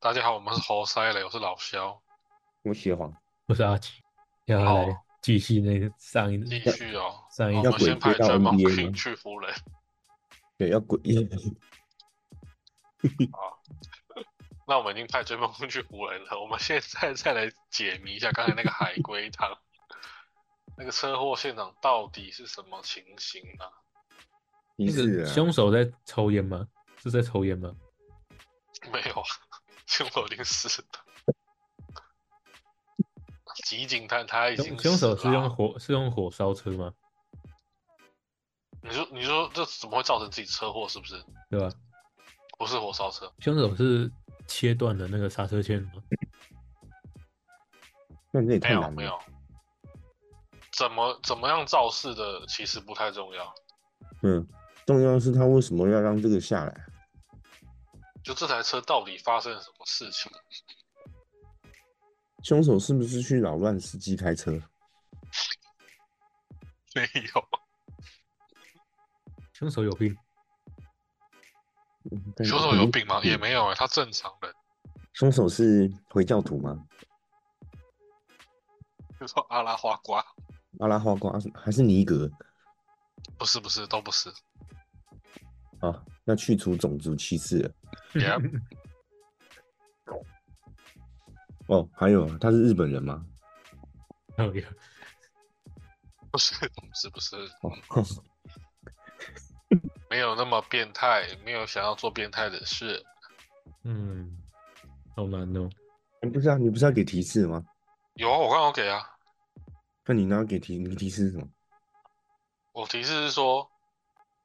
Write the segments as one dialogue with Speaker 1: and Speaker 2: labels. Speaker 1: 大家好，我们是猴塞雷，我是老肖，
Speaker 2: 我喜欢。
Speaker 3: 我是阿奇，要
Speaker 1: 好
Speaker 3: 来继续那个上一
Speaker 1: 继续哦。
Speaker 3: 上一
Speaker 1: 我
Speaker 2: 哦要
Speaker 1: 们先派
Speaker 2: 鬼推到
Speaker 1: Draymond
Speaker 2: NBA
Speaker 1: Green
Speaker 2: 吗
Speaker 1: 去湖人，
Speaker 2: 对，要滚！
Speaker 1: 嗯那我们已经派追梦 Green 去湖人了。我们现在再来解谜一下刚才那个海龟汤， 那个车祸现场到底是什么情形啊呢、
Speaker 2: 你
Speaker 3: 那
Speaker 2: 是
Speaker 3: 个
Speaker 2: 啊，
Speaker 3: 凶手在抽烟吗？是在抽烟吗？
Speaker 1: 没有啊，凶手已经死了。吉警探他已经
Speaker 3: 凶凶手啊
Speaker 1: 死
Speaker 3: 是
Speaker 1: 了啊
Speaker 3: 用火是用火烧车吗？
Speaker 1: 你说你说这怎么会造成自己车祸？是不是？
Speaker 3: 对吧？
Speaker 1: 不是火烧车，
Speaker 3: 凶手是切断了那个刹车线吗？
Speaker 2: 那这也
Speaker 1: 没
Speaker 2: 太
Speaker 1: 有
Speaker 2: 难
Speaker 1: 没
Speaker 2: 了。
Speaker 1: 有。怎么怎么样肇事的其实不太重要，
Speaker 2: 嗯，重要的是他为什么要让这个下来？啊
Speaker 1: 就这台车到底发生了什么事情？
Speaker 2: 凶手是不是去扰乱司机开车？
Speaker 1: 没有，
Speaker 3: 凶手有病，
Speaker 2: 嗯但
Speaker 1: 凶手有病吗？也没有、欸，他正常人。
Speaker 2: 凶手是回教徒吗？
Speaker 1: 就说阿拉花瓜，
Speaker 2: 阿拉花瓜还是尼格
Speaker 1: 不是不是，都不是。
Speaker 2: 啊？要去除种族歧视了
Speaker 1: Yep
Speaker 2: 哦。还有啊，他是日本人吗？
Speaker 3: 哦有有
Speaker 1: 不是不是不是，
Speaker 2: 哦，
Speaker 1: 没有那么变态，没有想要做变态的事。
Speaker 3: 嗯，好难哦。
Speaker 2: 你不是啊？你不是要给提示吗？
Speaker 1: 有啊，我刚好给啊，
Speaker 2: 那你要给提，你提示是什么？
Speaker 1: 我提示是说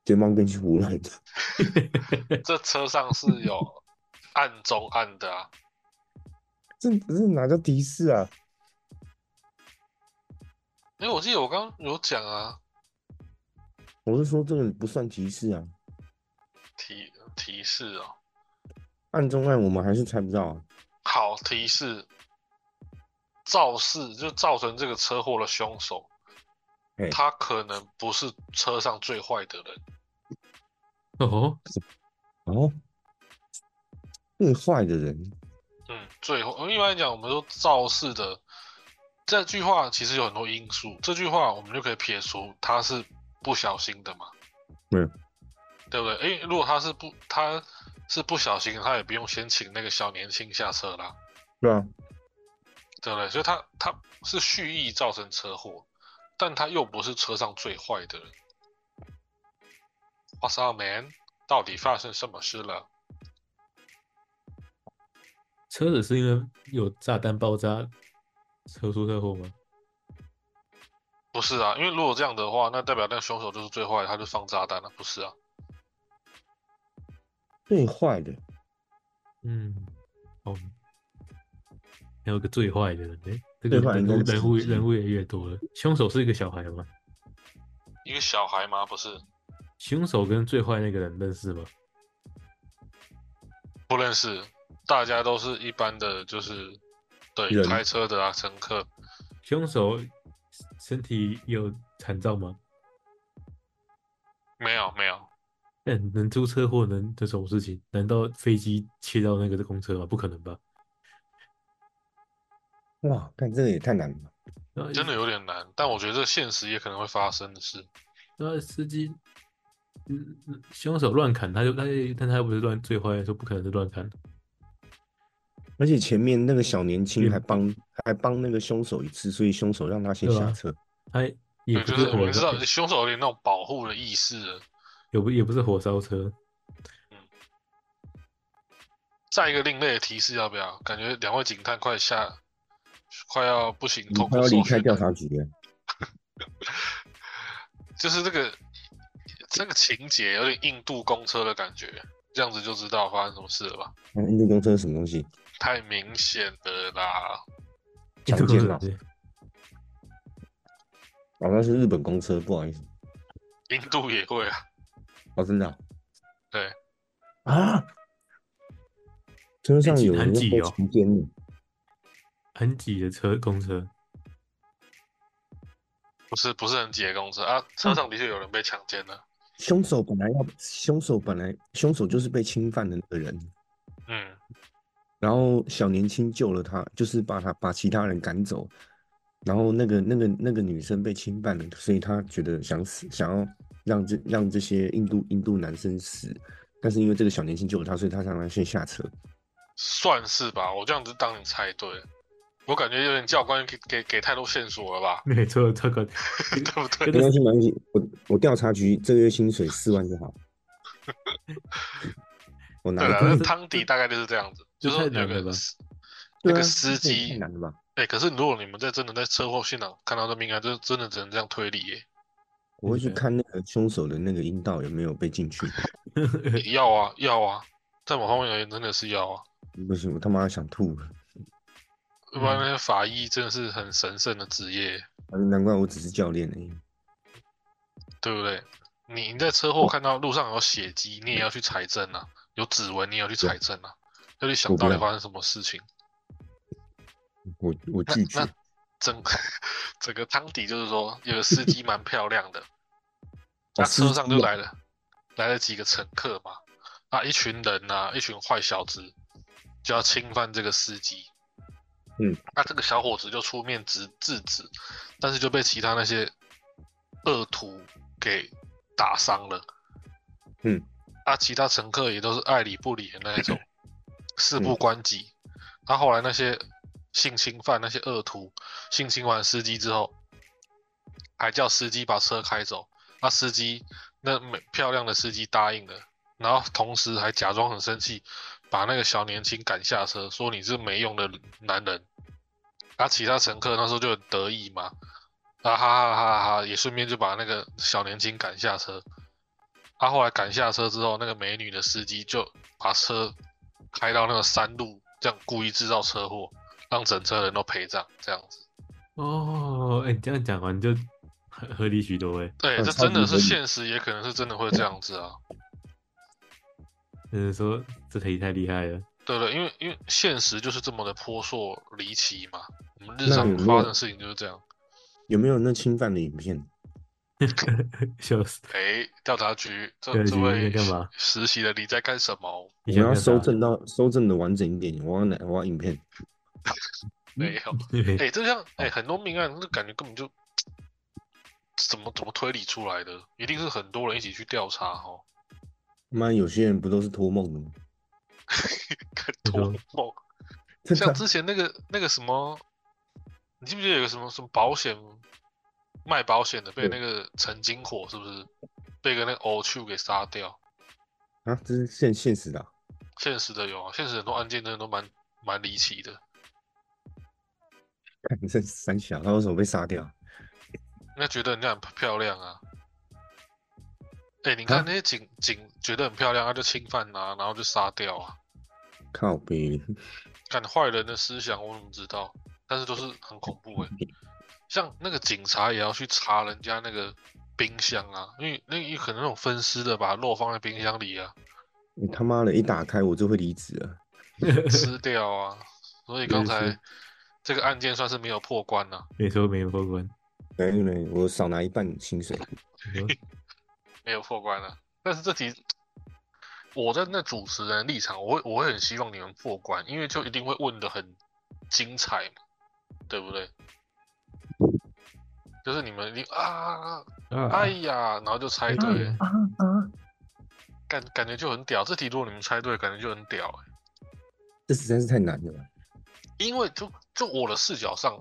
Speaker 2: 睫毛跟去胡乱的，
Speaker 1: 这车上是有 暗中暗的啊，
Speaker 2: 这这哪叫提示啊？
Speaker 1: 因为我记得我刚刚有讲啊，
Speaker 2: 我是说这个不算提示啊，
Speaker 1: 提提示哦，
Speaker 2: 暗中暗我们还是猜不到啊。
Speaker 1: 好提示，肇事就造成这个车祸的凶手
Speaker 2: 嘿，
Speaker 1: 他可能不是车上最坏的人，
Speaker 3: 哦，
Speaker 2: 哦，最坏的人，
Speaker 1: 嗯，最后一般来讲，我们说肇事的这句话其实有很多因素，这句话我们就可以撇除他是不小心的嘛，
Speaker 2: 嗯，
Speaker 1: 对不对？诶，如果他是不他是不小心的，他也不用先请那个小年轻下车啦，
Speaker 2: 对啊，
Speaker 1: 对不对？所以他他是蓄意造成车祸，但他又不是车上最坏的人。What's up, man？到底发生什么事了？
Speaker 3: 车子是因为有炸弹爆炸车出车祸吗？
Speaker 1: 不是啊，因为如果这样的话，那代表那个凶手就是最坏的，他就放炸弹了，不是啊？
Speaker 2: 最坏的，
Speaker 3: 嗯，哦，还有个最坏的人，哎，这个
Speaker 2: 最坏的
Speaker 3: 人物
Speaker 2: 应该是
Speaker 3: 人物
Speaker 2: 司机
Speaker 3: 人物也越多了。凶手是一个小孩吗？
Speaker 1: 一个小孩吗？不是，
Speaker 3: 凶手跟最坏那个人认识吗？
Speaker 1: 不认识，大家都是一般的，就是对
Speaker 2: 人
Speaker 1: 开车的啊，乘客
Speaker 3: 凶手身体有惨照吗？
Speaker 1: 没有没有，
Speaker 3: 嗯，能出车祸能这种事情，难道飞机切到那个公车吗？不可能吧？
Speaker 2: 哇，看这个也太难了吧。
Speaker 3: 那
Speaker 1: 真的有点难，但我觉得这现实也可能会发生的事。
Speaker 3: 那司机，嗯，嗯凶手乱砍，他就他就，但他又不是乱最坏，说不可能是乱砍。
Speaker 2: 而且前面那个小年轻
Speaker 3: 嗯
Speaker 2: 还帮还帮那个凶手一次，所以凶手让他先
Speaker 3: 对
Speaker 2: 下
Speaker 3: 啊
Speaker 2: 车。
Speaker 3: 他也
Speaker 1: 对，
Speaker 3: 不
Speaker 1: 就是是我
Speaker 3: 火
Speaker 1: 们知
Speaker 3: 烧
Speaker 1: 道，凶手有点那种保护的意识了。
Speaker 3: 也不也不是火烧车，
Speaker 1: 再一个另类的提示要不要？感觉两位警探快下，快要不行，
Speaker 2: 你
Speaker 1: 痛
Speaker 2: 嗯快
Speaker 1: 苦
Speaker 2: 要离
Speaker 1: 受
Speaker 2: 开
Speaker 1: 训
Speaker 2: 调
Speaker 1: 了。
Speaker 2: 查局了，
Speaker 1: 就是这个这个情节有点印度公车的感觉，这样子就知道发生什么事了吧？
Speaker 2: 那印度公车是什么东西？
Speaker 1: 太明显了啦！
Speaker 2: 常
Speaker 3: 印度
Speaker 2: 见
Speaker 3: 公
Speaker 2: 吧
Speaker 3: 车
Speaker 2: 哦，那是日本公车，不好意思。
Speaker 1: 印度也会啊，
Speaker 2: 哦，真的啊？
Speaker 1: 对
Speaker 2: 啊？车上
Speaker 3: 很挤
Speaker 2: 有人
Speaker 3: 很挤
Speaker 2: 要
Speaker 3: 哦
Speaker 2: 抽期间呢，
Speaker 3: 很挤的车公车，，
Speaker 1: 不是不是很解公车啊，车上的确有人被强奸了。
Speaker 2: 凶手本来要，凶手本来凶手就是被侵犯的那个人，
Speaker 1: 嗯，
Speaker 2: 然后小年轻救了他，就是把他把其他人赶走，然后那个那个那个女生被侵犯了，所以他觉得想死，想要让这让这些印度印度男生死，但是因为这个小年轻救了他，所以他让他先下车。
Speaker 1: 算是吧，我这样子当你猜对了，我感觉有点教官给给给太多线索了吧
Speaker 3: 没错，这 个
Speaker 1: 对不对？
Speaker 2: 没关系，没关系，我我调查局这个月薪水四万就好，我拿
Speaker 1: 对啊
Speaker 2: 一
Speaker 1: 了，
Speaker 2: 个
Speaker 1: 那
Speaker 3: 这
Speaker 1: 汤底大概就是这样子，
Speaker 3: 这
Speaker 1: 就是
Speaker 3: 太
Speaker 1: 有
Speaker 3: 难了
Speaker 1: 个
Speaker 3: 吧
Speaker 1: 司那
Speaker 2: 对啊
Speaker 1: 个司
Speaker 2: 这也太
Speaker 1: 机，
Speaker 2: 难了吧？
Speaker 1: 哎、可是如果你们在真的在车祸现场看到这命案，就真的只能这样推理耶、
Speaker 2: 我会去
Speaker 3: 对
Speaker 2: 看那个凶手的那个阴道有没有被进去。
Speaker 1: 也要啊，要啊，在某方面而言真的是要啊，
Speaker 2: 不行，我他妈想吐了。
Speaker 1: 要不然
Speaker 3: 嗯
Speaker 1: 那些法医真的是很神圣的职业，
Speaker 2: 难怪我只是教练而已。
Speaker 1: 对不对？你你在车祸看到路上有血迹，你也要去采证啊；有指纹，你也要去采证啊。要去想
Speaker 2: 我不
Speaker 1: 到底
Speaker 2: 要
Speaker 1: 发生什么事情。
Speaker 2: 我我
Speaker 1: 那
Speaker 2: 拒绝
Speaker 1: 那整整个汤底就是说，有个司 机蛮漂亮的，
Speaker 2: 哦
Speaker 1: 那车上就来了、来了几个乘客嘛，啊，一群人啊，一群坏小子就要侵犯这个司机。
Speaker 2: 嗯，
Speaker 1: 那这个小伙子就出面制制止，但是就被其他那些恶徒给打伤了。
Speaker 2: 嗯，
Speaker 1: 啊，其他乘客也都是爱理不理的那一 种，
Speaker 2: 嗯
Speaker 1: 事不关己。他、后来那些性侵犯那些恶徒性侵完司机之后，还叫司机把车开走。那司机那美漂亮的司机答应了，然后同时还假装很生气，把那个小年轻赶下车，说你是没用的男人。啊，其他乘客那时候就很得意嘛，啊哈哈哈哈，也顺便就把那个小年轻赶下车。啊，后来赶下车之后，那个美女的司机就把车开到那个山路，这样故意制造车祸，让整车人都陪葬，这样子。
Speaker 3: 哦，哎、你这样讲完就合合理许多哎，
Speaker 1: 对，
Speaker 2: 嗯
Speaker 1: 这
Speaker 2: 超
Speaker 1: 真的
Speaker 2: 级
Speaker 1: 是
Speaker 2: 合理
Speaker 1: 现实，也可能是真的会这样子啊。
Speaker 3: 就是说这题太厉害了，
Speaker 1: 对了，因为因为现实就是这么的扑朔离奇嘛，我们日
Speaker 2: 那
Speaker 1: 常
Speaker 2: 有没
Speaker 1: 发
Speaker 2: 有
Speaker 1: 生的事情就是这样。
Speaker 2: 有没有那侵犯的影片？
Speaker 3: 笑死！
Speaker 1: 哎，调查局，这
Speaker 3: 调查
Speaker 1: 这
Speaker 3: 局
Speaker 1: 位
Speaker 3: 在干嘛
Speaker 1: 实习的你在干什么？
Speaker 2: 我
Speaker 3: 你
Speaker 2: 们
Speaker 3: 想
Speaker 2: 要收
Speaker 3: 干啥？
Speaker 2: 证到收证的完整一点，我要哪我要影片。
Speaker 1: 没有，
Speaker 3: 对
Speaker 1: 哎，这像哎很多命案，就感觉根本就怎么怎么推理出来的，一定是很多人一起去调查哦。
Speaker 2: 妈，有些人不都是托梦的吗？
Speaker 1: 看
Speaker 3: 你
Speaker 1: 托
Speaker 3: 说
Speaker 1: 梦，
Speaker 2: 真 的
Speaker 1: 像
Speaker 2: 啊
Speaker 1: 之前那个那个什么，你记不记得有个什么什么保险卖保险的被
Speaker 2: 对
Speaker 1: 那个陈金火是不是被个那个欧去给杀掉？
Speaker 2: 啊，这是现现实的啊、
Speaker 1: 现实的有啊，现实很多案件真的都蛮蛮离奇的。
Speaker 2: 看这三小，他为什么被杀掉？
Speaker 1: 那觉得人家很漂亮啊，哎、你看
Speaker 2: 啊
Speaker 1: 那些警警觉得很漂亮，他就侵犯啊，然后就杀掉啊。
Speaker 2: 靠背，
Speaker 1: 看坏人的思想，我怎么知道？但是都是很恐怖哎、像那个警察也要去查人家那个冰箱啊，因为那有可能那种分尸的把肉放在冰箱里啊，
Speaker 2: 你他妈的一打开我就会离职了。
Speaker 1: 吃掉啊。所以刚
Speaker 3: 也是
Speaker 1: 才这个案件算是没有破关啊，
Speaker 3: 没错，没有过关。
Speaker 2: 没有没有，我少拿一半薪水。
Speaker 3: 你说
Speaker 1: 没有破关啊。但是这题，我在那主持人的立场，我会我会很希望你们破关，因为就一定会问的很精彩嘛，对不对？就是你们一定啊，
Speaker 3: 啊，
Speaker 1: 哎呀，然后就猜
Speaker 3: 哎
Speaker 1: 对
Speaker 3: 呀，
Speaker 1: 感感觉就很屌。这题如果你们猜对，感觉就很屌、欸
Speaker 2: 这实在是太难了吧？
Speaker 1: 因为就就我的视角上，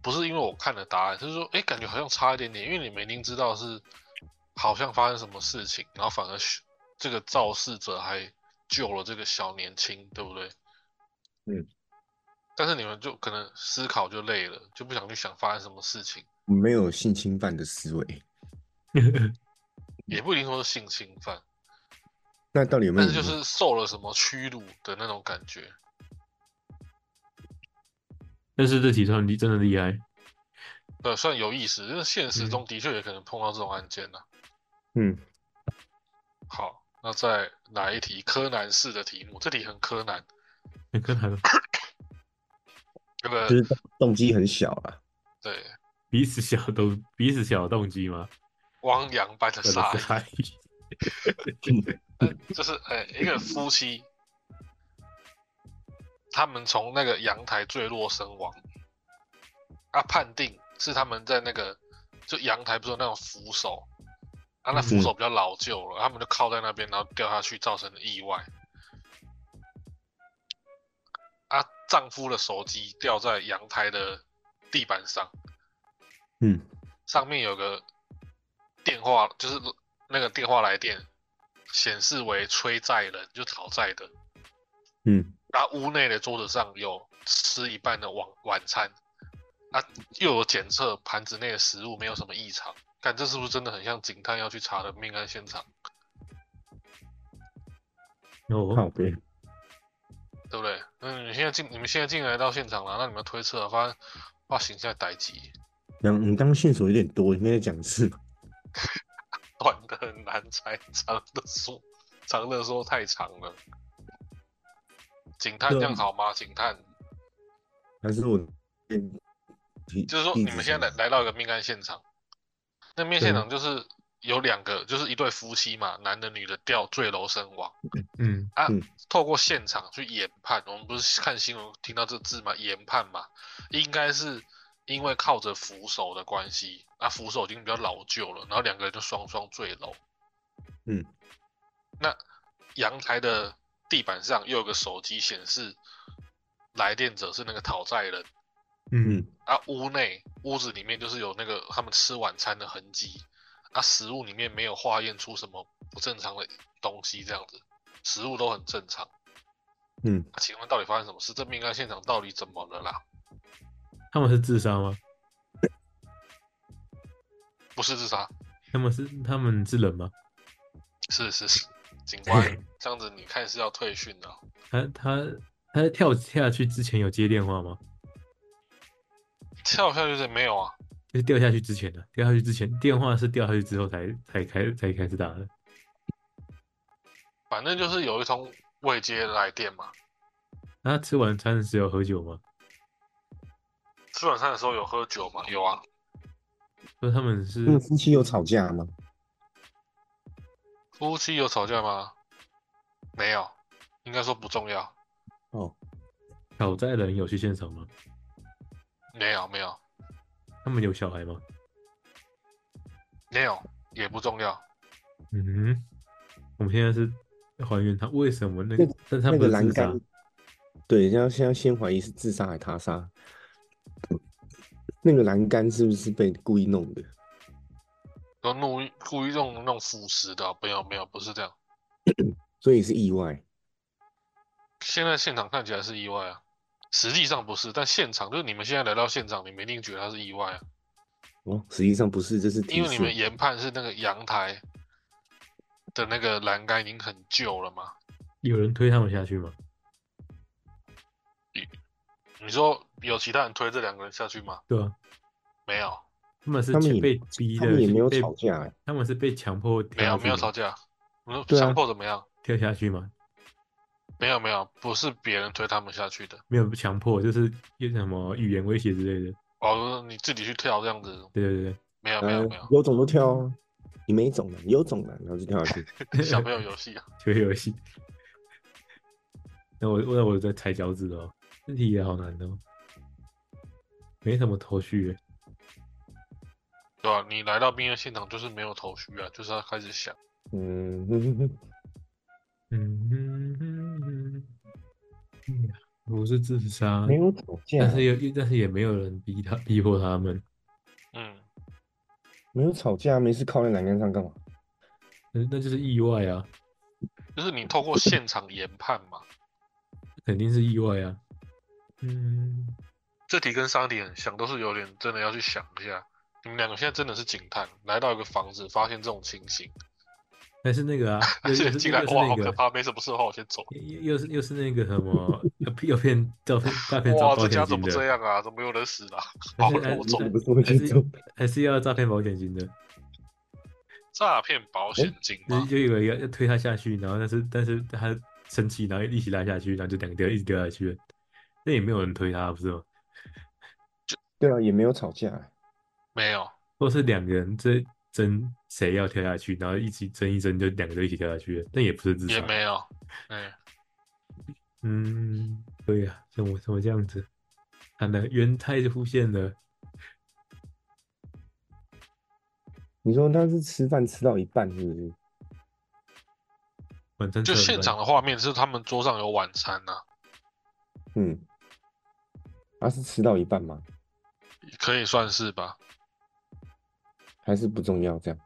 Speaker 1: 不是因为我看了答案，就是说，哎，感觉好像差一点点，因为你们一定知道是好像发生什么事情，然后反而是这个肇事者还救了这个小年轻，对不对？
Speaker 2: 嗯。
Speaker 1: 但是你们就可能思考就累了，就不想去想发生什么事情，
Speaker 2: 我没有性侵犯的思维，
Speaker 1: 也不一定说是性侵犯，
Speaker 2: 那到底有没
Speaker 1: 但
Speaker 2: 有
Speaker 1: 是
Speaker 2: 影
Speaker 1: 就
Speaker 2: 片？
Speaker 1: 是受了什么屈辱的那种感觉。
Speaker 3: 但是这题算厉，真的厉害。
Speaker 1: 对，算有意思，因为现实
Speaker 3: 嗯
Speaker 1: 中的确也可能碰到这种案件呢、啊
Speaker 2: 嗯，
Speaker 1: 好，那再来一题柯南式的题目，这题很柯南，
Speaker 3: 那柯南
Speaker 1: 那个
Speaker 2: 就是动动机很小啊啦。
Speaker 1: 对
Speaker 3: 彼此小都彼此小动机吗？
Speaker 1: 汪洋般的
Speaker 3: 我的
Speaker 1: 杀意，
Speaker 3: 杀意。
Speaker 1: 呃就是哎、一个夫妻，他们从那个阳台坠落身亡，啊，判定是他们在那个就阳台不是有那种扶手，啊，那扶手比较老旧了，他们就靠在那边，然后掉下去造成的意外。啊，丈夫的手机掉在阳台的地板上，
Speaker 2: 嗯，
Speaker 1: 上面有个电话，就是那个电话来电显示为催债人，就讨债的。
Speaker 2: 嗯，
Speaker 1: 然后屋内的桌子上有吃一半的晚晚餐，啊，又有检测盘子内的食物没有什么异常，看这是不是真的很像警探要去查的命案现场，
Speaker 2: 靠
Speaker 3: 哦，
Speaker 2: 边，
Speaker 1: 对不对？那你们现在进，你们现在进来到现场了，那你们推测、啊、发现发现现在逮鸡
Speaker 2: 然后你刚刚线索有点多，你没有讲一次，
Speaker 1: 短的很难猜，长的说长的说太长了。警探这样好吗？警探
Speaker 2: 还是我嗯地
Speaker 1: 就是说，
Speaker 2: 地
Speaker 1: 你
Speaker 2: 址
Speaker 1: 们现在
Speaker 2: 什么
Speaker 1: 来来到一个命案现场，那命案现场就是有两个，就是一对夫妻嘛，男的女的掉坠楼身亡。
Speaker 3: 嗯
Speaker 1: 透过现场去研判，我们不是看新闻听到这字吗？研判嘛，应该是因为靠着扶手的关系，啊，扶手已经比较老旧了，然后两个人就双双坠楼。
Speaker 2: 嗯，
Speaker 1: 那阳台的地板上又有个手机显示来电者是那个讨债人。
Speaker 3: 嗯
Speaker 1: 啊，屋内屋子里面就是有那个他们吃晚餐的痕迹，啊，食物里面没有化验出什么不正常的东西，这样子，食物都很正常。
Speaker 2: 嗯，
Speaker 1: 啊请问到底发生什么事？这命案现场到底怎么了啦？
Speaker 3: 他们是自杀吗？
Speaker 1: 不是自杀，
Speaker 3: 他们是他们是人吗？
Speaker 1: 是是是，警官，这样子你看是要退训哦了、
Speaker 3: 他他他在跳下去之前有接电话吗？
Speaker 1: 跳下去的没有啊？
Speaker 3: 就是掉下去之前的，啊掉下去之前电话是掉下去之后才才开才开始打的。
Speaker 1: 反正就是有一通未接来电嘛。
Speaker 3: 那他吃晚餐的时候喝酒吗？
Speaker 1: 吃晚餐的时候有喝酒吗？有啊。
Speaker 3: 说他们是
Speaker 2: 那夫妻有吵架吗？
Speaker 1: 夫妻有吵架吗？没有，应该说不重要。
Speaker 2: 哦，
Speaker 3: 讨债人有去现场吗？
Speaker 1: 没有没有
Speaker 3: 他们有小孩吗？
Speaker 1: 没有，也不重要。
Speaker 3: 嗯哼，我们现在是还原他为什么那个
Speaker 2: 那，
Speaker 3: 但他
Speaker 2: 那
Speaker 3: 不
Speaker 2: 个
Speaker 3: 是
Speaker 2: 栏
Speaker 3: 自杀
Speaker 2: 杆，，对，要现在先怀疑是自杀还是他杀，那个栏杆是不是被故意弄的？
Speaker 1: 有故意故意用那种腐蚀的，啊没有没有，不是这样。
Speaker 2: 所以是意外，
Speaker 1: 现在现场看起来是意外啊，实际上不是，但现场就是你们现在来到现场，你们一定觉得它是意外啊，
Speaker 2: 哦，实际上不是，这是提
Speaker 1: 因为你
Speaker 2: 示
Speaker 1: 们研判是那个阳台的那个栏杆已经很旧了嘛。
Speaker 3: 有人推他们下去吗？
Speaker 1: 你说有其他人推这两个人下去吗？
Speaker 3: 对啊，
Speaker 1: 没有，
Speaker 3: 他们是
Speaker 2: 他们也
Speaker 3: 被逼
Speaker 2: 他
Speaker 3: 的，
Speaker 2: 们也
Speaker 3: 是
Speaker 2: 没有
Speaker 3: 被
Speaker 2: 吵架、欸，
Speaker 3: 他们是被强迫跳
Speaker 1: 没有，
Speaker 3: 下
Speaker 1: 没有
Speaker 3: 去
Speaker 1: 吵
Speaker 3: 吗
Speaker 1: 架。我说
Speaker 2: 对啊
Speaker 1: 强迫怎么样？
Speaker 3: 跳下去吗？
Speaker 1: 没有没有，不是别人推他们下去的。
Speaker 3: 没有强迫，就是有什么语言威胁之类的。
Speaker 1: 哦，你自己去跳这样子，
Speaker 3: 对对
Speaker 1: 没有没有
Speaker 2: 嗯
Speaker 1: 没，有，
Speaker 2: 有种就跳啊，你没种了，你有种了，啊然后就跳下去。
Speaker 3: 对，
Speaker 1: 小朋友游戏啊。
Speaker 3: 球游戏。 那我那我在踩脚趾了哦，这题也好难哦，没什么头绪耶。
Speaker 1: 对啊，你来到兵案现场就是没有头绪啊，就是要开始想。
Speaker 2: 嗯 哼哼哼，
Speaker 3: 嗯嗯嗯嗯，嗯呀不是自杀，
Speaker 2: 没有吵架，
Speaker 3: 但是也但是也没有人逼他逼迫他们，
Speaker 1: 嗯，
Speaker 2: 没有吵架，没事靠在栏杆上干嘛？
Speaker 3: 那那就是意外啊，
Speaker 1: 就是你透过现场研判嘛。
Speaker 3: 肯定是意外啊。嗯，
Speaker 1: 这题跟上一题很像，都是有点真的要去想一下。你们两个现在真的是警探，来到一个房子，发现这种情形，
Speaker 3: 但是那个啊，又
Speaker 1: 而且
Speaker 3: 又是
Speaker 1: 进
Speaker 3: 又
Speaker 1: 来
Speaker 3: 是
Speaker 1: 哇，
Speaker 3: 那
Speaker 1: 好可
Speaker 3: 个，
Speaker 1: 怕，没什么事的话，我先走。
Speaker 3: 又又是又是那个什么，要骗要骗照片诈骗
Speaker 1: 哇，
Speaker 3: 找
Speaker 1: 这
Speaker 3: 保
Speaker 1: 家
Speaker 3: 险
Speaker 1: 怎
Speaker 3: 金
Speaker 1: 么这
Speaker 3: 的，
Speaker 1: 样啊？怎么有人死了、
Speaker 3: 还
Speaker 1: 好，
Speaker 3: 是
Speaker 1: 那我走
Speaker 3: 还。
Speaker 2: 不是我
Speaker 3: 还
Speaker 2: 去
Speaker 3: 是
Speaker 2: 走，
Speaker 3: 还是要诈骗保险金的。
Speaker 1: 诈骗
Speaker 3: 哎
Speaker 1: 保险金
Speaker 3: 就
Speaker 1: 吗？
Speaker 3: 就有一个要要推他下去，然后但是但是他生气，然后一起拉下去，然后就两个掉一直掉下去了，那也没有人推他，不是吗？
Speaker 2: 对啊，也没有吵架、欸，
Speaker 1: 没有，
Speaker 3: 或是两个人在争谁要跳下去，然后一起争一争，就两个都一起跳下去了，那也不是自
Speaker 1: 也
Speaker 3: 杀。
Speaker 1: 没有。嗯，
Speaker 3: 嗯，对呀、像我怎么这样子？看了元太就出现了，
Speaker 2: 你说他是吃饭吃到一半是不是？
Speaker 3: 晚餐
Speaker 1: 就
Speaker 3: 吃了
Speaker 1: 现
Speaker 3: 饭
Speaker 1: 场的画面是他们桌上有晚餐啊呐、
Speaker 2: 嗯，他、是吃到一半吗？
Speaker 1: 可以算是吧。
Speaker 2: 还是不重要这样？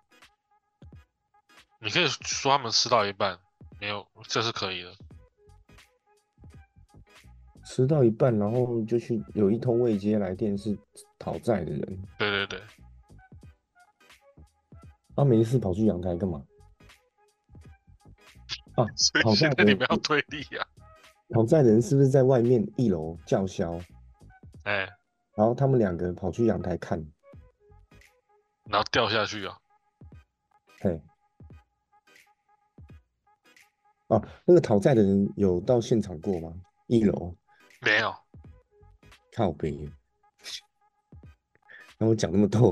Speaker 1: 你可以说他们吃到一半，没有，这是可以的。
Speaker 2: 吃到一半，然后就去有一通未接来电是讨债的人，
Speaker 1: 对对 对，
Speaker 2: 啊，没事跑去阳台干嘛？啊，
Speaker 1: 所
Speaker 2: 讨
Speaker 1: 以
Speaker 2: 债
Speaker 1: 现在
Speaker 2: 的
Speaker 1: 你
Speaker 2: 人
Speaker 1: 们要推啊理呀、
Speaker 2: 讨债的人是不是在外面一楼叫嚣，
Speaker 1: 哎、
Speaker 2: 然后他们两个跑去阳台看？
Speaker 1: 然后掉下去啊，
Speaker 2: 嘿，哦、那个讨债的人有到现场过吗？一楼
Speaker 1: 没有，
Speaker 2: 靠北， 然后讲那么多，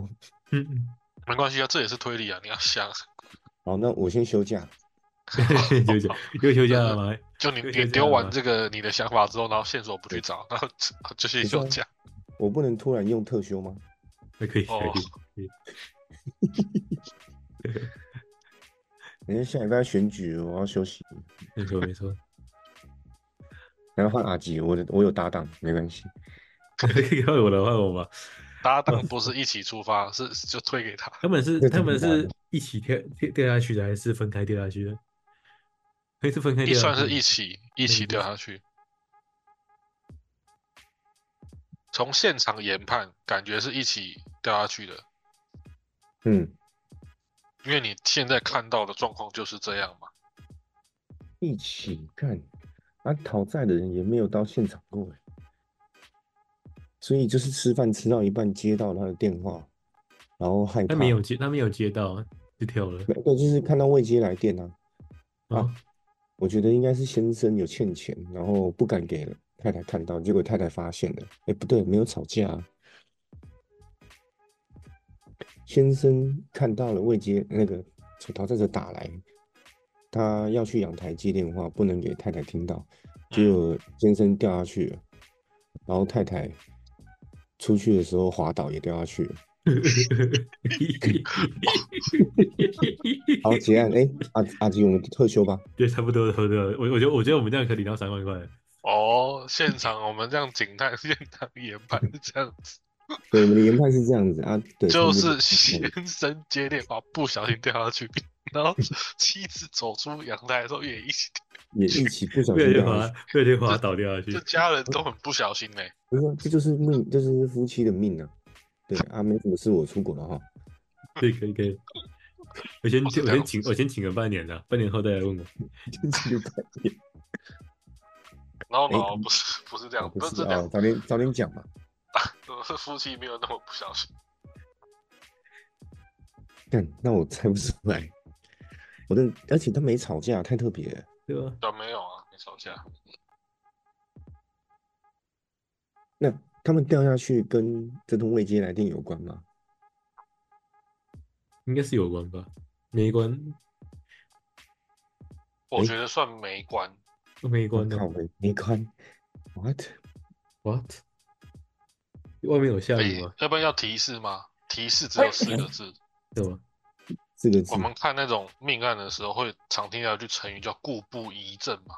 Speaker 3: 嗯嗯，
Speaker 1: 没关系啊，这也是推理啊，你要想，
Speaker 2: 好，那我先休假。
Speaker 3: 休假又休假了吗？
Speaker 1: 就你
Speaker 3: 就
Speaker 1: 你
Speaker 3: 先这
Speaker 1: 丢
Speaker 3: 样
Speaker 1: 完
Speaker 3: 吧
Speaker 1: 这个你的想法之后，然后线索不去
Speaker 2: 对
Speaker 1: 找，然后就去
Speaker 2: 不是
Speaker 1: 休
Speaker 2: 啊
Speaker 1: 假。
Speaker 2: 我不能突然用特休吗？
Speaker 3: 那可以，可以
Speaker 1: 哦，
Speaker 3: 可以。
Speaker 2: 人家下礼拜要选举了，我要休息。
Speaker 1: 哦
Speaker 3: 没错，没错。
Speaker 2: 然后换阿吉，我的我有搭档，没关系。
Speaker 3: 换我了，换我吧。
Speaker 1: 搭 档不是一起出发，是就推给他。
Speaker 3: 他们是
Speaker 2: 那
Speaker 3: 他
Speaker 2: 怎
Speaker 3: 们
Speaker 2: 么
Speaker 3: 是
Speaker 2: 办
Speaker 3: 一起掉掉掉下去的，还是分开掉下去的？可以是分开
Speaker 1: 一
Speaker 3: 掉下
Speaker 1: 算
Speaker 3: 去的，
Speaker 1: 是一起一起掉下去。从现场研判，感觉是一起掉下去的，
Speaker 2: 嗯，
Speaker 1: 因为你现在看到的状况就是这样嘛。
Speaker 2: 一起看，啊，讨债的人也没有到现场过哎，所以就是吃饭吃到一半接到他的电话，然后害
Speaker 3: 他
Speaker 2: 怕，
Speaker 3: 没有接，他没有接到，就跳了。
Speaker 2: 没对，就是看到未接来电啊。啊
Speaker 3: 啊，
Speaker 2: 我觉得应该是先生有欠钱，然后不敢给太太看到，结果太太发现了，哎，不对，没有吵架啊。先生看到了未接那个讨债者打来，他要去阳台接电话，不能给太太听到，结
Speaker 1: 嗯
Speaker 2: 果先生掉下去了，然后太太出去的时候滑倒也掉下去了，好结案，哎，阿阿吉，我们退休吧，
Speaker 3: 对，差不多，差不多。我我觉得我觉得我们这样可以领到三万块。
Speaker 1: 哦，现场我们这样警探 现场研判是这样子，
Speaker 2: 对，我们的研判是这样子啊，对，差
Speaker 1: 就
Speaker 2: 不多
Speaker 1: 是
Speaker 2: 嗯
Speaker 1: 先生接电话不小心掉下去， 然后妻子走出阳台的时候也一起
Speaker 2: 也一起不小
Speaker 3: 不小
Speaker 2: 心掉下去
Speaker 3: 心滑，。不小心滑倒掉下去
Speaker 1: 这。家人都很不小心呢、
Speaker 2: 不是啊，这就是命，这就是夫妻的命啊。对啊，没什么事，我出国了哈。
Speaker 3: 对，可以可以。我先
Speaker 1: 哦
Speaker 3: 我
Speaker 1: 是这样
Speaker 3: 先请我先请个半年的，半年后再来问我。
Speaker 1: 然后
Speaker 2: 哎
Speaker 1: 呢，不是不是这样，
Speaker 2: 不
Speaker 1: 不是哦这
Speaker 2: 是啊
Speaker 1: 两，
Speaker 2: 早点早点讲嘛。
Speaker 1: 是夫妻没有那么不小心。
Speaker 2: 但那我猜不出来，我的，而且他没吵架，太特别了。
Speaker 3: 对吧？
Speaker 1: 啊，没有啊，没吵架。
Speaker 2: 那他们掉下去跟这通未接来电有关吗？
Speaker 3: 应该是有关吧？没关，
Speaker 1: 我
Speaker 2: 诶
Speaker 1: 觉得算没关，
Speaker 3: 没关的
Speaker 2: 靠。没没关。What？
Speaker 3: What？外面有下
Speaker 1: 可
Speaker 3: 雨
Speaker 1: 以
Speaker 3: 吗？。
Speaker 1: 要不然要提示吗？提示只有四个字。
Speaker 3: 对吧？
Speaker 2: 四个字
Speaker 1: 我，们看那种命案的时候，会常听到一句成语叫“故布疑阵”嘛。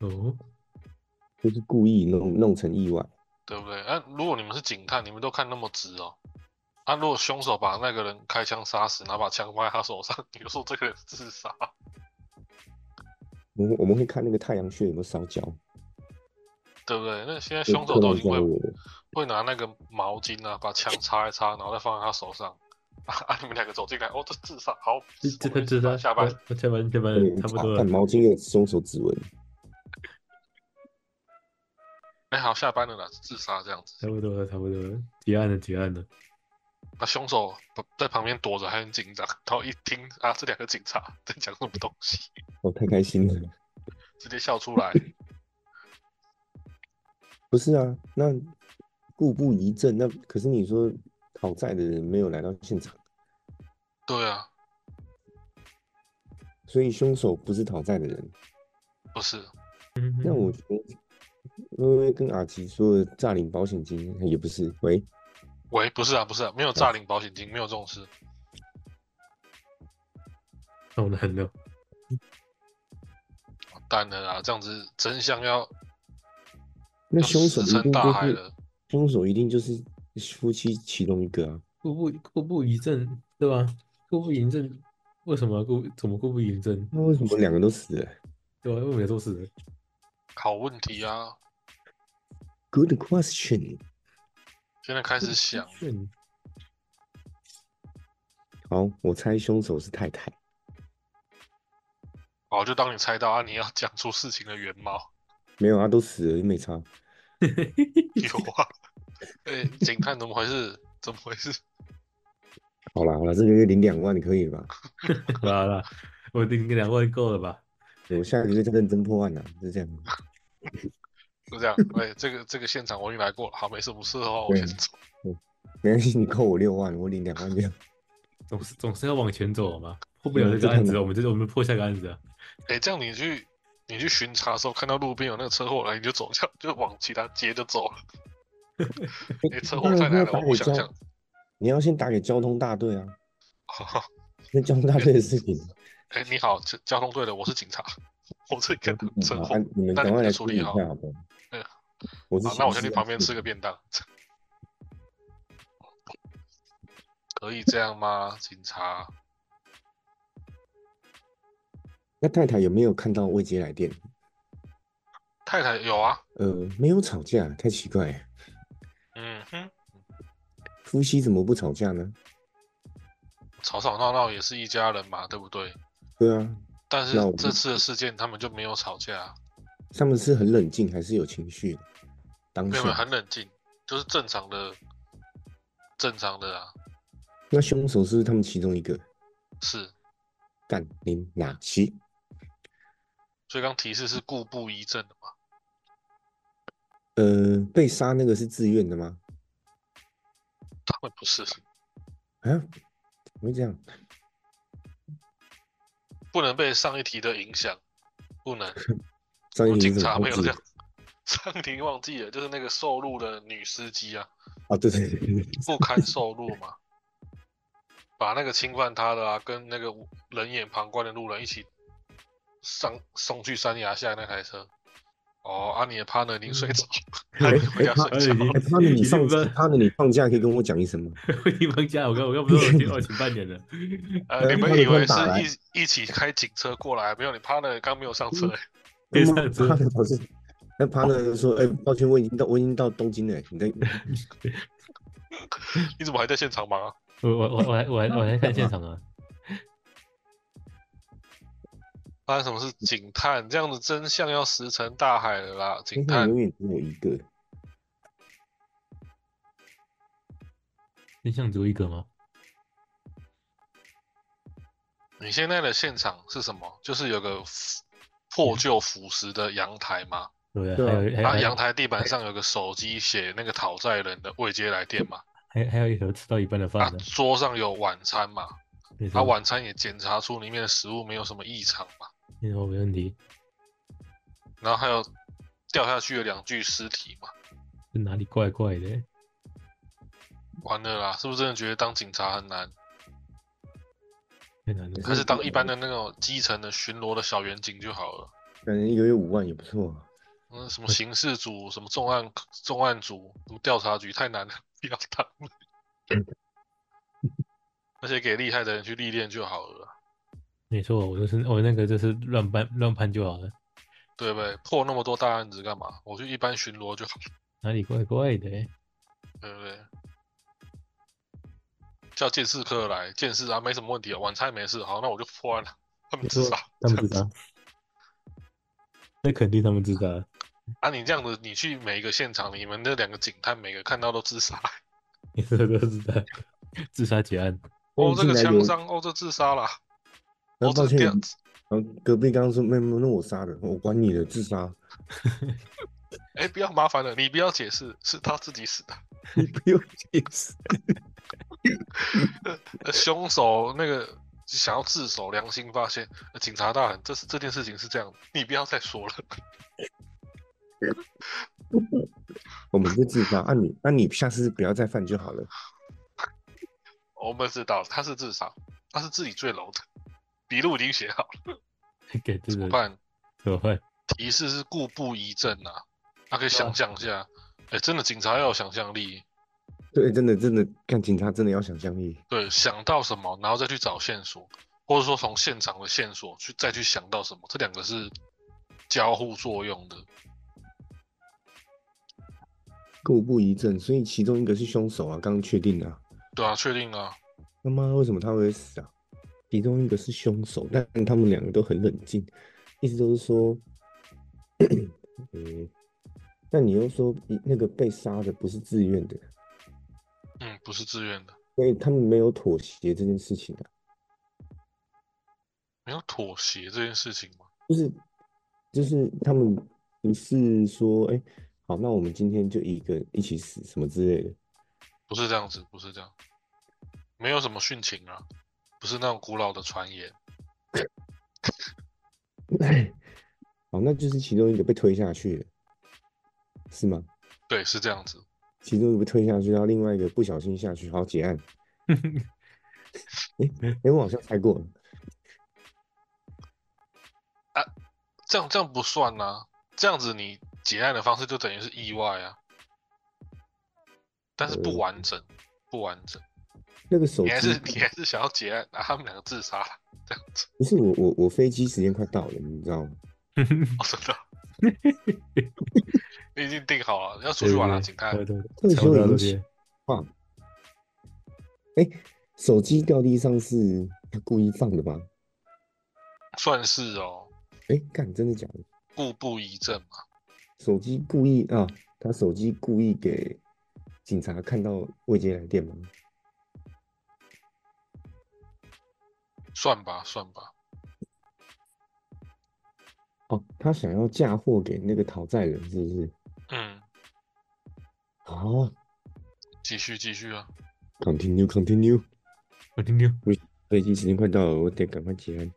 Speaker 3: 哦，
Speaker 2: 就是故意弄弄成意外。
Speaker 1: 对不对？啊，如果你们是警探，你们都看那么直哦。啊，如果凶手把那个人开枪杀死，然后把枪放在他手上，你就说这个人自杀。
Speaker 2: 我们我们会看那个太阳穴有没有烧焦，
Speaker 1: 对不对？那现在
Speaker 2: 就
Speaker 1: 凶手
Speaker 2: 刻
Speaker 1: 都
Speaker 2: 到
Speaker 1: 已经会
Speaker 2: 焦我了。
Speaker 1: 会拿那个毛巾啊，把枪擦一擦，然后再放在他手上。啊，啊你们两个走进来，哦，这自杀，好，
Speaker 3: 这这
Speaker 1: 我
Speaker 3: 个哦
Speaker 1: 们
Speaker 3: 知道，
Speaker 1: 下班。
Speaker 3: 我下班下班了
Speaker 2: 对
Speaker 3: 哎差不
Speaker 2: 啊
Speaker 3: 多
Speaker 2: 看
Speaker 3: 了。
Speaker 2: 毛巾有凶手指纹。
Speaker 1: 哎，好，下班了啦，自杀这样子。
Speaker 3: 差不多了，差不多了，结案了，结案了。
Speaker 1: 那凶手不在旁边躲着，还很紧张。然后一听啊，这两个警察在讲什么东西，
Speaker 2: 我哦太开心了。
Speaker 1: 直接笑出 来。
Speaker 2: 不是啊，那故布疑阵，那可是你说讨债的人没有来到现场，
Speaker 1: 对啊，
Speaker 2: 所以凶手不是讨债的人，
Speaker 1: 不是，
Speaker 3: 嗯哼
Speaker 2: 那我觉得，因为跟阿奇说的诈领保险金也不是，喂，
Speaker 1: 喂，不是啊，不是啊，没有诈领保险金，没有这种事。
Speaker 3: 懂得很了，
Speaker 1: 完蛋哦了啦，这样子真相要
Speaker 2: 那
Speaker 1: 要
Speaker 2: 凶手
Speaker 1: 石
Speaker 2: 一
Speaker 1: 沉
Speaker 2: 定
Speaker 1: 啊大
Speaker 2: 就
Speaker 1: 海
Speaker 2: 是
Speaker 1: 了。
Speaker 2: 凶手一定就是夫妻其中一个啊，
Speaker 3: 故不故不一正，对吧？故不赢正，为什么故怎么故不赢正？
Speaker 2: 那为什么两个都死了
Speaker 3: 对吧？因为没做事，
Speaker 1: 好问题啊！
Speaker 2: ？Good question。
Speaker 1: 现在
Speaker 2: 嗯
Speaker 1: 开始想，
Speaker 3: 炫
Speaker 2: 好，我猜凶手是太太。
Speaker 1: 好，就当你猜到啊，你要讲出事情的原 貌。
Speaker 2: 没有啊，都死了，没差。
Speaker 1: 有啊，哎、警探怎么回事？怎么回事？
Speaker 2: 好啦好啦，这个月领两万，可以了吧？
Speaker 3: 好啦好啦，我顶两万够了吧？
Speaker 2: 我下个月再认真破案啦、就这样。
Speaker 1: 就这 样，哎、这个这个现场我已经来过了，好，没事，不是的话我
Speaker 2: 对
Speaker 1: 先走。
Speaker 2: 没关系，你扣我六万，我领两万就好。
Speaker 3: 总是总是要往前走嘛，破不了
Speaker 2: 嗯
Speaker 3: 这
Speaker 2: 这
Speaker 3: 个案
Speaker 2: 很
Speaker 3: 子，
Speaker 2: 难
Speaker 3: 我们这我们破下个案子啊。
Speaker 1: 哎、这样你去你去巡查的时候，看到路边有那个车祸来，你就走，这样就往其他街就走 了。哎、 车祸
Speaker 2: 当
Speaker 1: 太
Speaker 2: 然是
Speaker 1: 难
Speaker 2: 要
Speaker 1: 了，
Speaker 2: 打
Speaker 1: 我不
Speaker 2: 给
Speaker 1: 想
Speaker 2: 交，
Speaker 1: 想。
Speaker 2: 你要先打给交通大队啊，那交通大队的 事情，
Speaker 1: 哎、你好，交交通队的，我是警察，我这里看到车
Speaker 2: 好，
Speaker 1: 祸
Speaker 2: 啊，你们
Speaker 1: 那你
Speaker 2: 赶
Speaker 1: 们
Speaker 2: 快来
Speaker 1: 处
Speaker 2: 处
Speaker 1: 理
Speaker 2: 理一下
Speaker 1: 好
Speaker 2: 好不好
Speaker 1: 嗯？
Speaker 2: 我是啊
Speaker 1: 好，那我
Speaker 2: 想
Speaker 1: 先去
Speaker 2: 知道
Speaker 1: 旁边
Speaker 2: 是
Speaker 1: 吃个便当。可以这样吗，警察？
Speaker 2: 那太太有没有看到未接来电？
Speaker 1: 太太有啊，
Speaker 2: 呃，没有吵架，太奇怪了。
Speaker 1: 嗯哼，
Speaker 2: 夫妻怎么不吵架呢？
Speaker 1: 吵吵闹闹也是一家人嘛，对不对？
Speaker 2: 对啊，
Speaker 1: 但是
Speaker 2: 那我们
Speaker 1: 这次的事件他们就没有吵架，啊
Speaker 2: 他们是很冷静还是有情绪的？当
Speaker 1: 没有没有
Speaker 2: 下，
Speaker 1: 很冷静，就是正常的，正常的啊，
Speaker 2: 那凶手是不是他们其中一个？
Speaker 1: 是。
Speaker 2: 干林哪西？
Speaker 1: 所以刚提示是故布疑阵的嘛，
Speaker 2: 呃，被杀那个是自愿的吗？
Speaker 1: 他们不是，
Speaker 2: 啊，怎么会这样？
Speaker 1: 不能被上一题的影响，不能。
Speaker 2: 张
Speaker 1: 我
Speaker 2: 一
Speaker 1: 警
Speaker 2: 婷是怎
Speaker 1: 察
Speaker 2: 么
Speaker 1: 没有
Speaker 2: 会自
Speaker 1: 这
Speaker 2: 愿
Speaker 1: 样？ 上一题忘记了，就是那个受辱的女司机啊，
Speaker 2: 啊？对对对对对，
Speaker 1: 不堪受辱嘛，把那个侵犯他的啊，跟那个冷眼旁观的路人一起上送去山崖下那台车。哦，啊，你的 partner 已经睡 着，那啊你回家睡觉。
Speaker 3: 哎已经
Speaker 2: 哎，他的你
Speaker 3: 已经
Speaker 2: 放
Speaker 3: 不知道
Speaker 2: 他的你放假可以跟我讲一声吗？
Speaker 3: 我 已经放假，我刚我刚不是说我请我请半年了，
Speaker 1: 呃，你
Speaker 2: 他
Speaker 1: 们
Speaker 2: 的
Speaker 1: 以为
Speaker 2: 光打来
Speaker 1: 是一一起开警车过来，啊没有，你 partner 刚没有上 车、欸，
Speaker 3: 别
Speaker 2: 那
Speaker 3: 上
Speaker 2: 么
Speaker 3: 车
Speaker 2: 他的老师，那 partner 就说：“哎，抱歉，我已经到我已经到东京了，
Speaker 3: 哎
Speaker 2: 你在
Speaker 1: 你怎么还在现场忙、啊？
Speaker 3: 我我我我还我还我还在看现场啊，
Speaker 1: 发生什么事？警探这样子真相要石沉大海了啦！警
Speaker 2: 天上
Speaker 1: 探
Speaker 2: 永远只有一个。
Speaker 3: 真相只有一个吗？
Speaker 1: 你现在的现场是什么？就是有个腐破旧腐蚀的阳台吗？
Speaker 3: 对
Speaker 2: 对
Speaker 3: 不对？
Speaker 2: 啊
Speaker 3: 还有还有
Speaker 1: 啊，
Speaker 3: 还有
Speaker 1: 阳台地板上有个手机写那个讨债人的未接来电嘛？
Speaker 3: 还还有一盒吃到一半的
Speaker 1: 啊
Speaker 3: 饭呢，，
Speaker 1: 桌上有晚餐嘛？
Speaker 3: 没
Speaker 1: 啊，
Speaker 3: 错，
Speaker 1: 晚餐也检查出里面的食物没有什么异常嘛？
Speaker 3: 没错，没问题，
Speaker 1: 然后还有掉下去有两具尸体嘛？
Speaker 3: 这哪里怪怪的欸？
Speaker 1: 完了啦，是不是真的觉得当警察很难？
Speaker 3: 太难了
Speaker 2: 可
Speaker 1: 还
Speaker 2: 是
Speaker 1: 是当
Speaker 2: 不
Speaker 1: 一般的那种基层的巡逻的小员警就好了？”
Speaker 2: 感觉一个月五万也不错啊。
Speaker 1: 嗯，什么刑事组、什么重案重案组、什么调查局，太难了， 不要当了。而且给厉害的人去历练就好了啦，
Speaker 3: 没错，我就是我那个就是乱判乱判就好了，
Speaker 1: 对不对？破那么多大案子干嘛？我去一般巡逻就好了，
Speaker 3: 哪里怪怪 的欸？
Speaker 1: 对不对？叫鉴识科来鉴识啊，没什么问题啊，晚餐没事，好，那我就破案了。他们
Speaker 3: 没
Speaker 1: 自
Speaker 3: 错
Speaker 1: 杀，
Speaker 3: 他们
Speaker 1: 这
Speaker 3: 知
Speaker 1: 样子
Speaker 3: 道，那肯定他们知道啊，
Speaker 1: 啊！你这样子，你去每一个现场，你们那两个警探每个看到都自杀，
Speaker 3: 你说都知道， 自杀结案，
Speaker 1: 哦，这
Speaker 2: 进
Speaker 1: 个
Speaker 2: 来
Speaker 1: 枪
Speaker 2: 有，
Speaker 1: 伤，哦，这自杀啦，
Speaker 2: 然
Speaker 1: 哦
Speaker 2: 后，
Speaker 1: 这是
Speaker 2: 抱歉
Speaker 1: 这，样子。
Speaker 2: 然后隔壁刚刚说没有没有，那我杀的，我管你的，自杀，
Speaker 1: 哎、不要麻烦了，你不要解释，是他自己死的。
Speaker 2: 你不用解释。
Speaker 1: 呃凶手那个想要自首，良心发现，呃警察大人，这是这件事情是这样的，你不要再说了。
Speaker 2: 我们就知道，啊你那、你下次不要再犯就好了。
Speaker 1: 我们知道他是自杀，他是自己坠楼的，笔录已经写好了，
Speaker 3: 给这
Speaker 1: 怎么
Speaker 3: 个
Speaker 1: 办？
Speaker 3: 怎么 办？
Speaker 1: 提示是故布疑阵啊，他可以想象一下，哎、真的警察要有想象力，
Speaker 2: 对，真的真的，看警察真的要想象力。
Speaker 1: 对，想到什么，然后再去找线索，或者说从现场的线索去再去想到什么，这两个是交互作用的。
Speaker 2: 故布疑阵，所以其中一个是凶手啊，刚刚确定啊。
Speaker 1: 对啊，确定啊，
Speaker 2: 他妈为什么他会死啊？其中一个是凶手，但他们两个都很冷静，意思就是说，嗯，那你又说一那个被杀的不是自愿的，
Speaker 1: 嗯，不是自愿的，
Speaker 2: 所以他们没有妥协这件事情啊，
Speaker 1: 没有妥协这件事情吗？
Speaker 2: 就是就是他们不是说，哎、好，那我们今天就一个一起死什么之类的，
Speaker 1: 不是这样子，不是这样，没有什么殉情啊，不是那种古老的传言。
Speaker 2: 好，那就是其中一个被推下去了，是吗？
Speaker 1: 对，是这样子。
Speaker 2: 其中一个被推下去，然后另外一个不小心下去，好结案。哎、我好像猜过了，
Speaker 1: 这样这样不算啊，这样子你结案的方式就等于是意外啊，但是不
Speaker 2: 呃
Speaker 1: 完整，
Speaker 3: 哦
Speaker 1: 不完整。
Speaker 2: 那个手
Speaker 1: 你还
Speaker 2: 机
Speaker 1: 是你还是想要结案，啊、他们两个自杀了这样子。
Speaker 2: 不是我我我飞机时间快到了，你知道吗？
Speaker 1: 哦，真 的，你已经定好了要出去玩了，
Speaker 3: 对
Speaker 1: 警探。
Speaker 3: 对对，
Speaker 2: 退
Speaker 3: 差不
Speaker 2: 休
Speaker 3: 多
Speaker 2: 已经
Speaker 3: 这边
Speaker 2: 起哇！哎、手机掉地上是他故意放的吗？
Speaker 1: 算是哦，
Speaker 2: 哎、干，真的假的？
Speaker 1: 故布疑阵嘛。
Speaker 2: 手机故意啊？他手机故意给警察看到未接来电吗？
Speaker 1: 算吧，算吧，
Speaker 2: 哦，他想要嫁祸给那个讨债人，是不是？啊
Speaker 1: 嗯，
Speaker 2: 好
Speaker 1: 继续继续啊，
Speaker 2: ，continue continue，
Speaker 3: 我听听。
Speaker 2: 飞机时间快到了，我得赶快结
Speaker 1: 啊
Speaker 2: 案。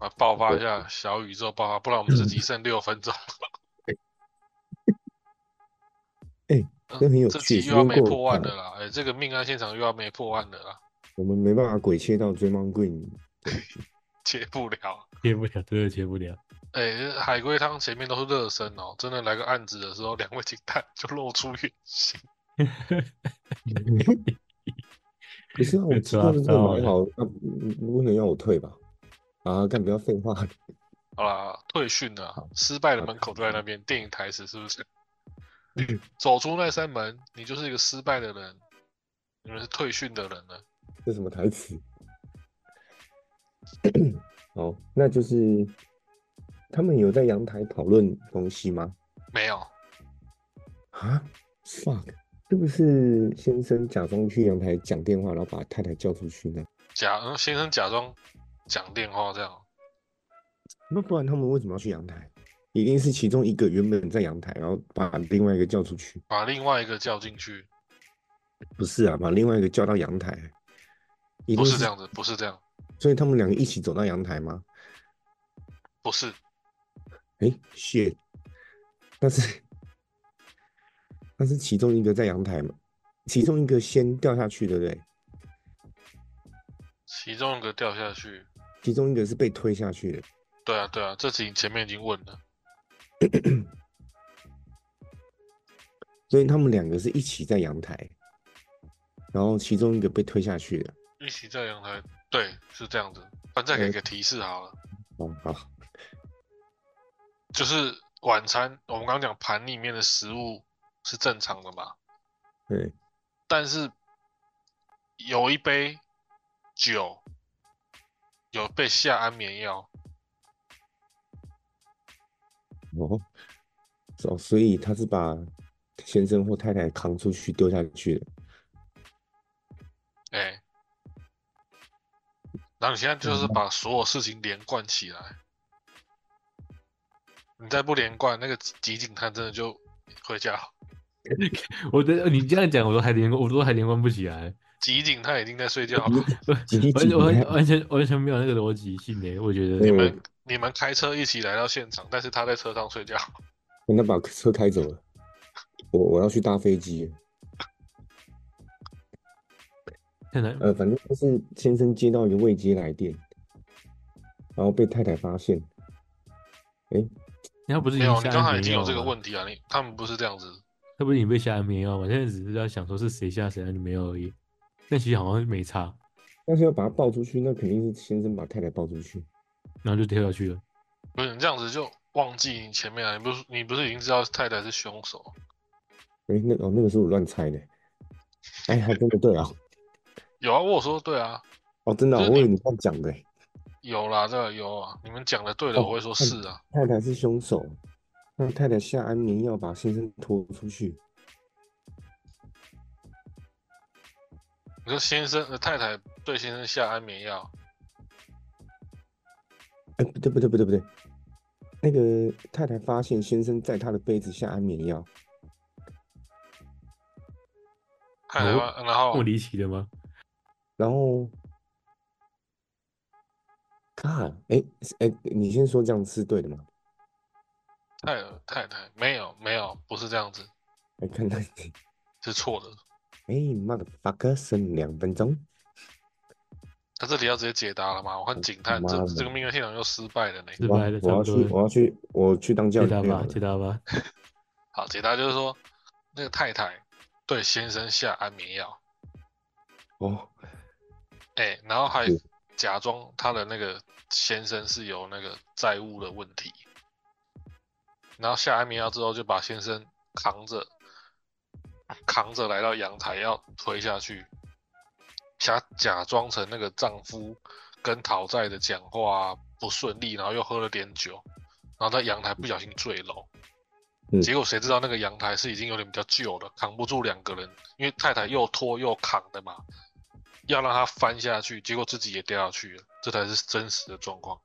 Speaker 1: 来爆发一下小宇宙爆发，不然我们自己剩六分钟。
Speaker 2: 哎
Speaker 1: 嗯，
Speaker 2: 这很有
Speaker 1: 这
Speaker 2: 趣
Speaker 1: 集又要
Speaker 2: 时间
Speaker 1: 没
Speaker 2: 过得
Speaker 1: 破案
Speaker 2: 快
Speaker 1: 的啦！哎，这个命案现场又要没破案的啦，
Speaker 2: 我们没办法鬼切到追梦 Green，
Speaker 1: 接不了。
Speaker 3: 接不了，真的接不了。
Speaker 1: 哎、海龟汤前面都是热身哦，真的来个案子的时候，两位警探 就露出原形。
Speaker 2: 可是啊我知道的这个买好，那不能要我退吧？啊，干不要废话，
Speaker 1: 好啦，退训了，失败的门口就在那边，电影台词是不是？ 走出那扇门，你就是一个失败的人，你们是退训的人了。
Speaker 2: 这什么台词？ 好，那就是他们有在阳台讨论东西吗？
Speaker 1: 没有，
Speaker 2: 啊，fuck，是不是先生假装去阳台讲电话，然后把太太叫出去呢？
Speaker 1: 假嗯先生假装讲电话这样，
Speaker 2: 那不然他们为什么要去阳台？一定是其中一个原本在阳台，然后把另外一个叫出去。
Speaker 1: 把另外一个叫进去，
Speaker 2: 不是啊，把另外一个叫到阳台，一
Speaker 1: 不
Speaker 2: 定
Speaker 1: 是这样子，不是这样，
Speaker 2: 所以他们两个一起走到阳台吗？
Speaker 1: 不是，
Speaker 2: 哎，shit，但是但是其中一个在阳台嘛，其中一个先掉下去，对不对？
Speaker 1: 其中一个掉下去。
Speaker 2: 其中一个是被推下去的，
Speaker 1: 对啊，对啊，这题前面已经问了，
Speaker 2: 所以他们两个是一起在阳台，然后其中一个被推下去的。
Speaker 1: 一起在阳台，对，是这样子。反正再给个提示好了，
Speaker 2: 哦，好，
Speaker 1: 就是晚餐，我们刚刚讲盘里面的食物是正常的嘛，
Speaker 2: 对，
Speaker 1: 但是有一杯酒有被下安眠药，
Speaker 2: 哦，哦，所以他是把先生或太太扛出去丢下去 的。
Speaker 1: 哎、然后你现在就是把所有事情连贯起来，你再不连贯，那个吉警探真的就回家了。
Speaker 3: 我的你这样讲，我都还连贯，我都还连贯不起来。
Speaker 1: 吉井他已经在睡觉了，
Speaker 2: 集
Speaker 3: 完
Speaker 2: 体
Speaker 3: 完
Speaker 2: 你看
Speaker 3: 完全完全没有那个逻辑性诶，我觉得
Speaker 2: 对
Speaker 1: 你们 你们开车一起来到现场，但是他在车上睡觉，
Speaker 2: 我那把车开走了，我我要去搭飞机了。
Speaker 3: 看来
Speaker 2: 呃，反正就是先生接到一个未接来电，然后被太太发现。哎，
Speaker 3: 他不是已
Speaker 1: 没
Speaker 3: 经
Speaker 1: 有，你
Speaker 3: 下
Speaker 1: 刚才
Speaker 3: 安
Speaker 1: 已
Speaker 3: 眠
Speaker 1: 经
Speaker 3: 药
Speaker 1: 有这
Speaker 3: 了
Speaker 1: 个
Speaker 3: 吗，
Speaker 1: 问题啊，你他们不是这样子，
Speaker 3: 他不是已经被下安眠药吗？现在只是要想说是谁下谁安眠药而已，但其实好像没差，
Speaker 2: 但是要把他抱出去，那肯定是先生把太太抱出去。
Speaker 3: 然后就跳下去
Speaker 1: 哦
Speaker 3: 了。
Speaker 1: 不是你这样子就忘记你前面啊，你不是你不是已经知道太太是凶手？
Speaker 2: 哎，那哦，那个是我乱猜的。哎，还真的对啊，
Speaker 1: 有啊，我有说对啊，
Speaker 2: 哦，真的啊、
Speaker 1: 就是
Speaker 2: 我
Speaker 1: 你
Speaker 2: 以为你这样讲的。
Speaker 1: 有啦，这个有啊，你们讲的对的，
Speaker 2: 哦
Speaker 1: 我会说是啊，
Speaker 2: 太太是凶手，让太太下安眠药把先生拖出去。
Speaker 1: 你说先生呃太太对先生下安眠药，
Speaker 2: 哎，不对不对不对不对，那个太太发现先生在她的杯子下安眠药，
Speaker 1: 太太
Speaker 3: 哦
Speaker 1: 发然后
Speaker 3: 这么离奇的吗？
Speaker 2: 然后，看，哎哎，你先说这样是对的吗？
Speaker 1: 太太太没有没有不是这样子，
Speaker 2: 哎，看看，
Speaker 1: 是错的，
Speaker 2: 哎，motherfucker，剩两分钟，
Speaker 1: 他这里要直接解答了吗？我看警探
Speaker 2: 妈
Speaker 1: 这
Speaker 2: 的
Speaker 1: 这个命案现场又失败了呢。
Speaker 3: 失
Speaker 2: 我
Speaker 3: 败了，
Speaker 2: 我
Speaker 3: 差不
Speaker 2: 要
Speaker 3: 多
Speaker 2: 去，我
Speaker 3: 了。
Speaker 2: 要去，我去当教
Speaker 3: 解
Speaker 2: 练
Speaker 3: 答
Speaker 2: 好
Speaker 3: 吧，
Speaker 2: 了
Speaker 3: 解答吧。
Speaker 1: 好，解答就是说，那个太太对先生下安眠药，
Speaker 2: 哦，
Speaker 1: 哎、然后还
Speaker 2: 是
Speaker 1: 假装他的那个先生是有那个债务的问题，然后下安眠药之后就把先生扛着扛着来到阳台要推下去，假假装成那个丈夫跟讨债的讲话啊不顺利，然后又喝了点酒，然后在阳台不小心坠楼。
Speaker 2: 嗯
Speaker 1: 结果谁知道那个阳台是已经有点比较旧了，扛不住两个人，因为太太又拖又扛的嘛，要让他翻下去，结果自己也掉下去了，这才是真实的状况。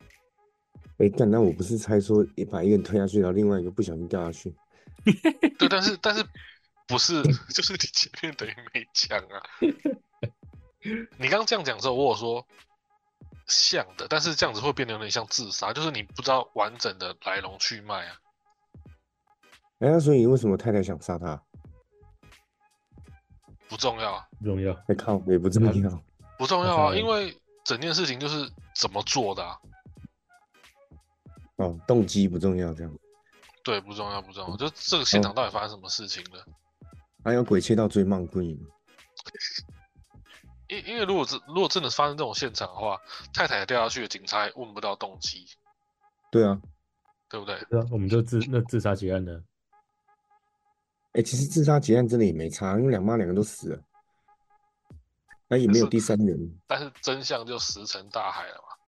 Speaker 2: 哎，但那我不是猜说一把一个人推下去，然后另外一个不小心掉下去，
Speaker 1: 对，但是但是不是 就是你前面等于没讲啊？你刚刚这样讲的时候，我有说像的，但是这样子会变得有点像自杀，就是你不知道完整的来龙去脉啊。
Speaker 2: 哎，那所以为什么太太想杀他？
Speaker 1: 不重要啊，
Speaker 3: 不重要，
Speaker 2: 哎靠，也不重
Speaker 3: 嗯
Speaker 2: 要，
Speaker 1: 不重要啊，
Speaker 3: OK
Speaker 1: 因为整件事情就是怎么做的、啊，
Speaker 2: 哦，动机不重要，这样，
Speaker 1: 对，不重要，不重要，就这个现场到底发生什么事情了？
Speaker 2: 还有鬼切到追梦棍影，
Speaker 1: 因因为如果真如果真的发生这种现场的话，太太掉下去，警察也问不到动机，
Speaker 2: 对啊，
Speaker 1: 对不对？
Speaker 3: 是啊，我们就自那自杀结案了。
Speaker 2: 哎，其实自杀结案真的也没差，因为两妈两个都死了，那也没有
Speaker 1: 是
Speaker 2: 第三人。
Speaker 1: 但是真相就石沉大海了嘛。